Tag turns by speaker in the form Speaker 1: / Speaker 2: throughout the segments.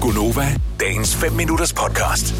Speaker 1: Gunova, dagens 5 minutters podcast.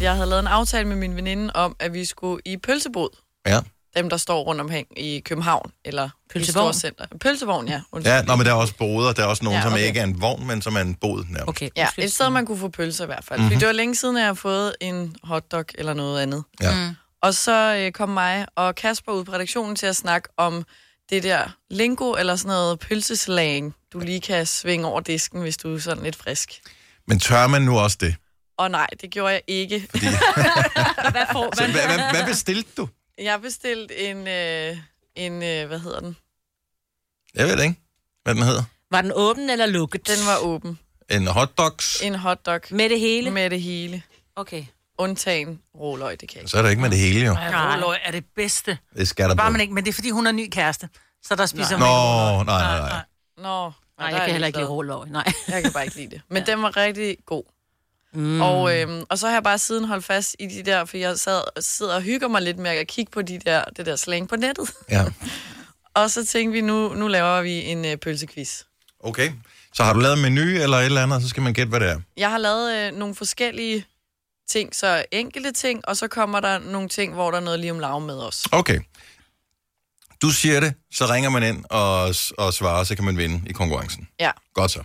Speaker 2: Jeg havde lavet en aftale med min veninde om, at vi skulle i pølsebod.
Speaker 3: Ja.
Speaker 2: Dem, der står rundt omkring i København eller
Speaker 4: Pølsevogn?
Speaker 2: i Storcenter. Pølsevogn, ja. Undskyld.
Speaker 3: Ja, nå, men der er også boder, der er også nogen,
Speaker 2: Ja,
Speaker 3: ja, okay.
Speaker 2: okay.
Speaker 3: som ikke er en vogn, men som er en bod nærmest.
Speaker 4: Okay.
Speaker 2: Ja,
Speaker 4: undskyld.
Speaker 2: et sted, man kunne få pølser i hvert fald. Mm-hmm. Fordi det var længe siden, at jeg har fået en hotdog eller noget andet.
Speaker 3: Ja.
Speaker 2: Mm. Og så øh, kom mig og Kasper ud på redaktionen til at snakke om det der lingo eller sådan noget pølseslang, du lige kan svinge over disken, hvis du er sådan lidt frisk.
Speaker 3: Men tør man nu også det?
Speaker 2: Og nej, det gjorde jeg ikke.
Speaker 4: Hvad får
Speaker 3: Så, hvad, hvad, hvad bestilte du?
Speaker 2: Jeg bestilte en, øh, en øh, hvad hedder den?
Speaker 3: Jeg ved det ikke, hvad den hedder.
Speaker 4: Var den åben eller lukket?
Speaker 2: Den var åben.
Speaker 3: En hotdogs.
Speaker 2: En hotdog.
Speaker 4: Med det hele?
Speaker 2: Med det hele.
Speaker 4: Okay.
Speaker 2: Undtagen råløg, det kan jeg ikke.
Speaker 3: Så er det ikke med det hele, jo.
Speaker 5: Ja, råløg er det bedste.
Speaker 3: Det skal der
Speaker 5: Bare man ikke, men det er fordi, hun er ny kæreste. Så der spiser man
Speaker 3: Nå,
Speaker 5: ikke råløg.
Speaker 3: nej, nej, nej.
Speaker 2: Nå, nej,
Speaker 4: Nej, jeg kan heller ikke lide hårløg. Nej.
Speaker 2: Jeg kan bare ikke lide det. Men den var rigtig god. Mm. Og, øhm, og så har jeg bare siden holdt fast i de der, for jeg sad, sidder og hygger mig lidt med at kigge på de der, det der slang på nettet.
Speaker 3: Ja.
Speaker 2: Og så tænkte vi, nu, nu laver vi en øh, pølsequiz.
Speaker 3: Okay. Så har du lavet en menu eller et eller andet, så skal man gætte, hvad det er.
Speaker 2: Jeg har lavet øh, nogle forskellige ting, så enkelte ting, og så kommer der nogle ting, hvor der er noget lige om lav med os.
Speaker 3: Okay. Du siger det, så ringer man ind og, og svarer, så kan man vinde i konkurrencen.
Speaker 2: Ja.
Speaker 3: Godt så.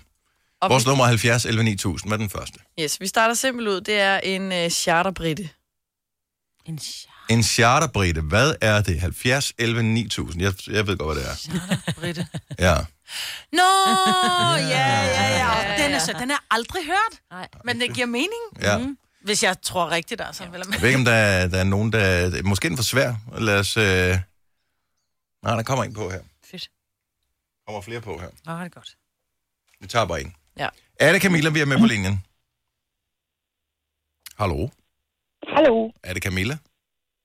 Speaker 2: Og
Speaker 3: Vores nummer er 70 11 9000. Hvad er den første?
Speaker 2: Yes, vi starter simpelthen ud. Det er en øh, charterbritte.
Speaker 4: En char-
Speaker 3: En charterbrede. Hvad er det? 70 11 9000. Jeg, jeg ved godt, hvad det er.
Speaker 5: Britte.
Speaker 3: Ja.
Speaker 5: Nå, ja, ja, ja. Den er, så, den er aldrig hørt.
Speaker 4: Nej. Mm.
Speaker 5: Men det giver mening.
Speaker 3: Ja.
Speaker 5: Mhm. Hvis jeg tror rigtigt, altså. Ja.
Speaker 3: Jeg ved ikke, om der er, der er nogen, der... er- Måske den for svær. Lad os... Øh... Nej, der kommer en på her.
Speaker 4: Fedt.
Speaker 3: kommer flere på her.
Speaker 5: Nå, det er godt.
Speaker 3: Vi tager bare en.
Speaker 2: Ja.
Speaker 3: Anne Camilla, vi er med på linjen. Hallo,
Speaker 6: Hallo,
Speaker 3: er det Camilla?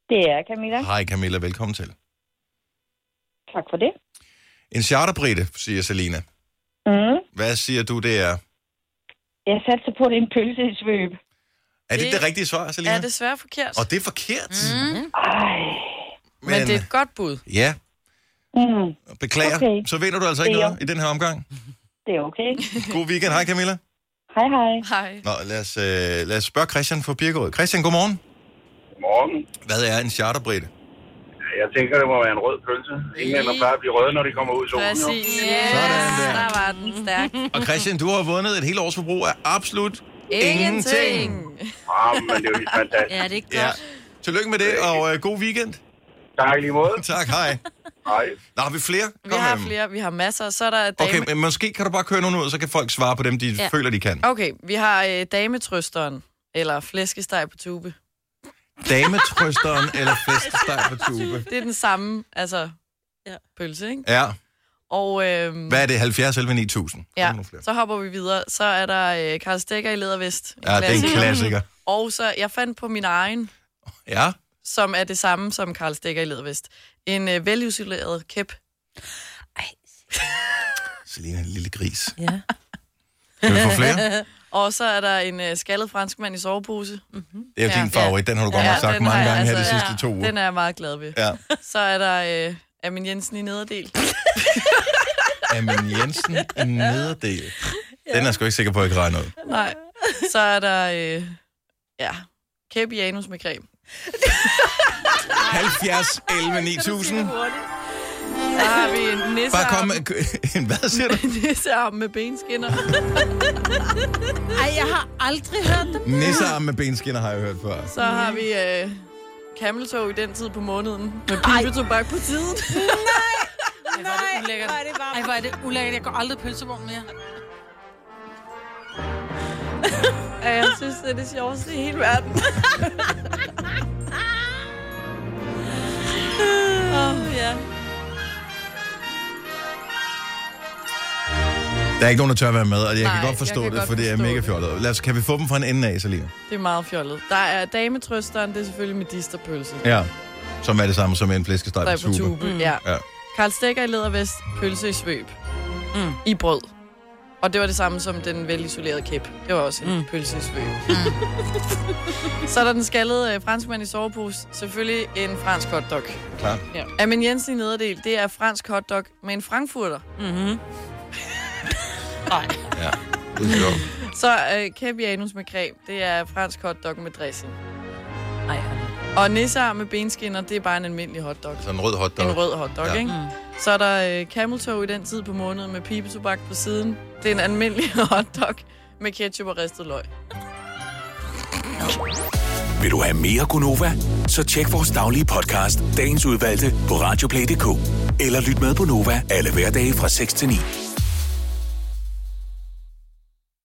Speaker 6: det er Camilla.
Speaker 3: Hej Camilla, velkommen til.
Speaker 6: Tak for det.
Speaker 3: En charterbrede, siger Selina.
Speaker 6: Mm.
Speaker 3: Hvad siger du, det er?
Speaker 6: Jeg satte på, at det er en pølsesvøb.
Speaker 3: Er det
Speaker 2: Det
Speaker 3: det, det rigtige svar,
Speaker 2: Ja.
Speaker 3: Selina?
Speaker 2: Er desværre forkert,
Speaker 3: Og det er forkert. Mm.
Speaker 6: Ej,
Speaker 2: men... men det er et godt bud.
Speaker 3: Ja,
Speaker 6: mm.
Speaker 3: beklager. Okay.
Speaker 6: Okay.
Speaker 3: Så vinder du altså ikke
Speaker 6: Det er
Speaker 3: noget i den her omgang.
Speaker 6: det er okay.
Speaker 3: God weekend. Hej Camilla.
Speaker 6: Hej, hej.
Speaker 2: Hej.
Speaker 3: Nå, lad os, øh, lad os spørge Christian fra Birkerød. Christian, godmorgen.
Speaker 7: Morgen.
Speaker 3: Hvad er en charterbrede?
Speaker 7: Jeg tænker, det må være en rød pølse. Ingen af dem plejer at blive røde, når de kommer ud i solen. jo.
Speaker 2: Præcis. Yes.
Speaker 3: Sådan der.
Speaker 2: der var den stærk.
Speaker 3: Og Christian, du har vundet et helt års forbrug af absolut ingenting.
Speaker 7: Ah, men det er jo helt fantastisk.
Speaker 4: Ja, det er ikke
Speaker 3: Ja.
Speaker 4: godt.
Speaker 3: Tillykke med det, og øh, god weekend.
Speaker 7: Tak i lige måde.
Speaker 3: Tak, hej.
Speaker 7: Hej.
Speaker 3: Nå, har vi flere?
Speaker 2: Vi
Speaker 3: Kom
Speaker 2: har
Speaker 3: med dem.
Speaker 2: flere, vi har masser. Så er der dame...
Speaker 3: Okay, men måske kan du bare køre nogen ud, så kan folk svare på dem, de ja.
Speaker 4: Ja.
Speaker 3: føler, de kan.
Speaker 2: okay, vi har øh, dametrøsteren, eller flæskesteg på tube.
Speaker 3: Dametrøsteren eller flæskesteg på tube.
Speaker 2: Det er den samme, altså, ja.
Speaker 4: Ja.
Speaker 2: pølse, ikke?
Speaker 3: Ja,
Speaker 2: Og øhm,
Speaker 3: hvad er det? 70 11 9000? Kom
Speaker 2: ja,
Speaker 3: nu flere.
Speaker 2: så hopper vi videre. Så er der øh, Karl Stikker i Ledervest.
Speaker 3: Ja, det er en klassiker.
Speaker 2: Og så, jeg fandt på min egen,
Speaker 3: Ja,
Speaker 2: som er det samme som Karl Stikker i Ledervest. En øh, velisoleret kæp.
Speaker 3: Selina er en lille gris.
Speaker 4: Ja.
Speaker 3: Kan vi få flere?
Speaker 2: Og så er der en øh, skaldet fransk mand i sovepose.
Speaker 3: Det er jo
Speaker 2: Ja.
Speaker 3: din favorit, den har du godt nok sagt
Speaker 2: den
Speaker 3: mange
Speaker 2: har jeg-
Speaker 3: gange her de
Speaker 2: altså,
Speaker 3: sidste to uger.
Speaker 2: Den er jeg meget glad ved.
Speaker 3: Ja,
Speaker 2: Så er der øh, Amin Jensen i nederdel.
Speaker 3: Amin Jensen i nederdel. Den er jeg sgu ikke sikker på, at jeg kan regne ud.
Speaker 2: Nej. Så er der, øh, ja, kæp i anus med creme.
Speaker 3: 70 11 9000.
Speaker 2: Så har vi en
Speaker 3: Bare
Speaker 2: nissearm,
Speaker 3: kom med... En hvad siger du?
Speaker 2: nissearm med benskinner.
Speaker 4: Ej, jeg har aldrig hørt det.
Speaker 3: Nissearm med benskinner har jeg hørt før.
Speaker 2: Så har vi øh, kameltog i den tid på måneden. Med pibetobak på tiden.
Speaker 5: Nej, hvor er det bare... Ej, hvor er det ulækkert. Jeg går aldrig i pølsevogn mere.
Speaker 2: Og jeg synes, det er det sjoveste i hele verden. Åh, ja.
Speaker 3: Der er ikke nogen, der tør at være med, og jeg
Speaker 2: Nej,
Speaker 3: kan godt
Speaker 2: jeg
Speaker 3: forstå
Speaker 2: kan
Speaker 3: det,
Speaker 2: godt
Speaker 3: for det er
Speaker 2: forstå
Speaker 3: mega
Speaker 2: det.
Speaker 3: fjollet. Lad os, kan vi få dem fra en ende af, Selina?
Speaker 2: Det er meget fjollet. Der er dametrøsteren, det er selvfølgelig med disterpølse.
Speaker 3: Ja. Som er det samme som en flæskesteg
Speaker 2: Der
Speaker 3: på
Speaker 2: er på
Speaker 3: tube.
Speaker 2: tube.
Speaker 5: Mm.
Speaker 2: Ja.
Speaker 3: Ja.
Speaker 2: Karl Stikker i Ledervest, pølse i svøb. Mm. I brød. Og det var det samme som den velisolerede kæp. Det var også en mm. pølse i svøb. Mm. så er der den skaldede øh, franskmand i sovepose. Selvfølgelig en fransk hotdog.
Speaker 3: Klar.
Speaker 2: Ja. Amin Jensen i nederdel, det er fransk hotdog med en frankfurter.
Speaker 3: Ja. Det er sjovt.
Speaker 2: Så øh, kæbianus med creme, det er fransk hotdog med dressing.
Speaker 5: Ej, ej.
Speaker 2: Og nissearm med benskinner, det er bare en almindelig hotdog.
Speaker 3: Sådan en rød hotdog.
Speaker 2: En rød hotdog,
Speaker 3: Ja. Mm.
Speaker 2: ja. ikke? Så er der øh, cameltog i den tid på måneden med pibetobak på siden. Det er en almindelig hotdog med ketchup og ristet løg.
Speaker 1: Vil du have mere Gunova? Så tjek vores daglige podcast, dagens udvalgte, på radioplay.dk. Eller lyt med på Nova alle hverdage fra 6 til 9.